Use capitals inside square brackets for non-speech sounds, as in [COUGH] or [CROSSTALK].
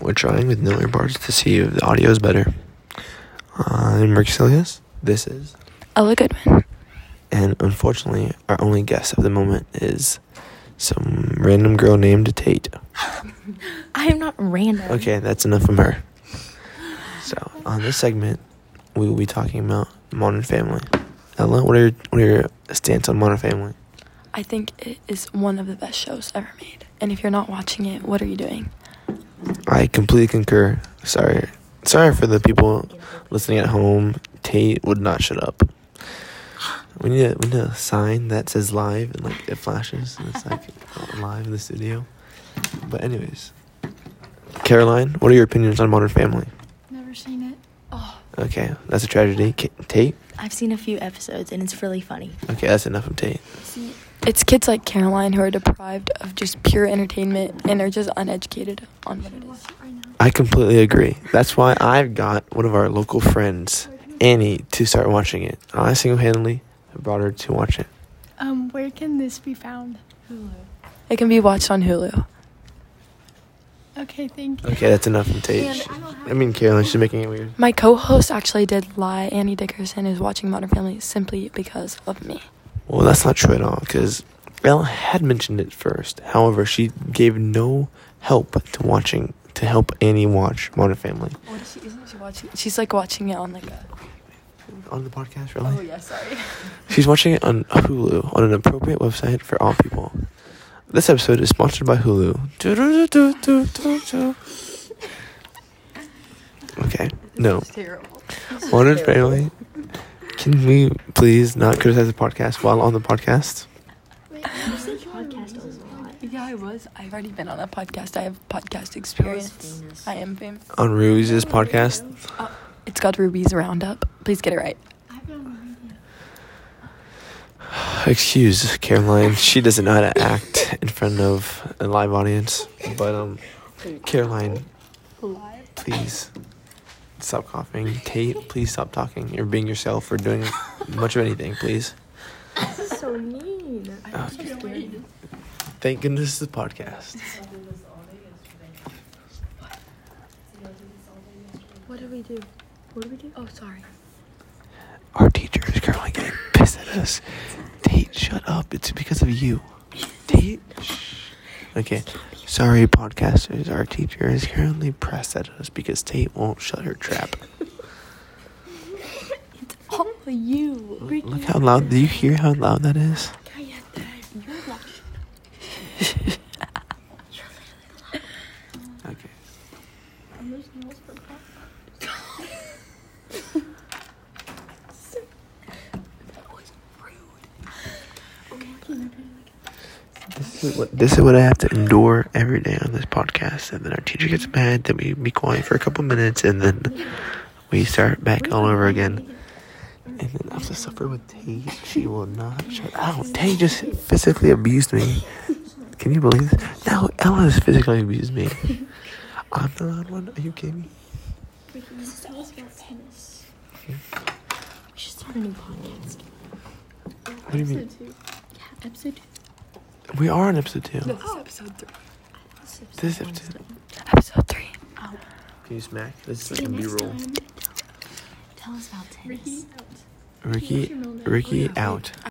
We're trying with no earbuds to see if the audio is better. I'm Rick Silius. This is. Ella Goodman. And unfortunately, our only guest at the moment is some random girl named Tate. I am not random. Okay, that's enough from her. So, on this segment, we will be talking about Modern Family. Ella, what are your, what are your stance on Modern Family? I think it is one of the best shows ever made. And if you're not watching it, what are you doing? I completely concur. Sorry. Sorry for the people listening at home. Tate would not shut up. We need a, we need a sign that says live and like it flashes and it's like [LAUGHS] live in the studio. But anyways, Caroline, what are your opinions on Modern Family? Never seen it. Oh, Okay, that's a tragedy. K- Tate. I've seen a few episodes and it's really funny. Okay, that's enough of Tate. See, it's kids like Caroline who are deprived of just pure entertainment and are just uneducated on what it is. I completely agree. That's why I've got one of our local friends, Annie, to start watching it. I single-handedly brought her to watch it. Um, where can this be found? It can be watched on Hulu. Okay, thank you. Okay, that's enough from Tate. She- I mean, Caroline, she's making it weird. My co host actually did lie. Annie Dickerson is watching Modern Family simply because of me. Well, that's not true at all, because Elle had mentioned it first. However, she gave no help to watching to help Annie watch Modern Family What is she? Isn't she watching? She's like watching it on like a. Oh, on the podcast. Really, yeah, [LAUGHS] sorry. Oh. she's watching it on Hulu on an appropriate website for all people. This episode is sponsored by Hulu. Do-do-do-do-do-do-do. Okay, no. Terrible. Modern Family. Can we please not criticize the podcast while on the podcast? podcast was a lot. Yeah, I was. I've already been on a podcast. I have podcast experience. famous. I am famous. On Ruiz's podcast. It's called Ruby's Roundup. Please get it right. Excuse Caroline, she doesn't know how to act in front of a live audience. But um, Caroline, please stop coughing. Tate, please stop talking. You're being yourself or doing much of anything, please. Oh, This is so mean. Thank goodness the podcast. What did we do? What did we do? Oh, sorry. Our teacher is currently getting pissed at us. Tate, shut up. It's because of you. Tate. shh. Okay. Sorry, podcasters. Our teacher is currently pressed at us because Tate won't shut her trap. It's all you. Look how loud. Do you hear how loud that is? Okay. This is what this is what I have to endure every day on this podcast, and then our teacher gets mad. Then we be quiet for a couple minutes, and then we start back all over again. And then I have to suffer with Tay. She will not shut out. Tay just physically abused me. Can you believe this? Now Ella has physically abused [LAUGHS] me. I'm the loud one. Are you kidding? We should start a new podcast. What do you mean? Episode two. We are on episode two. This is episode three. Oh. This is episode. Episode three. Can you smack? This is See like you a B next roll. time. Tell us about tennis. Ricky, Ricky out.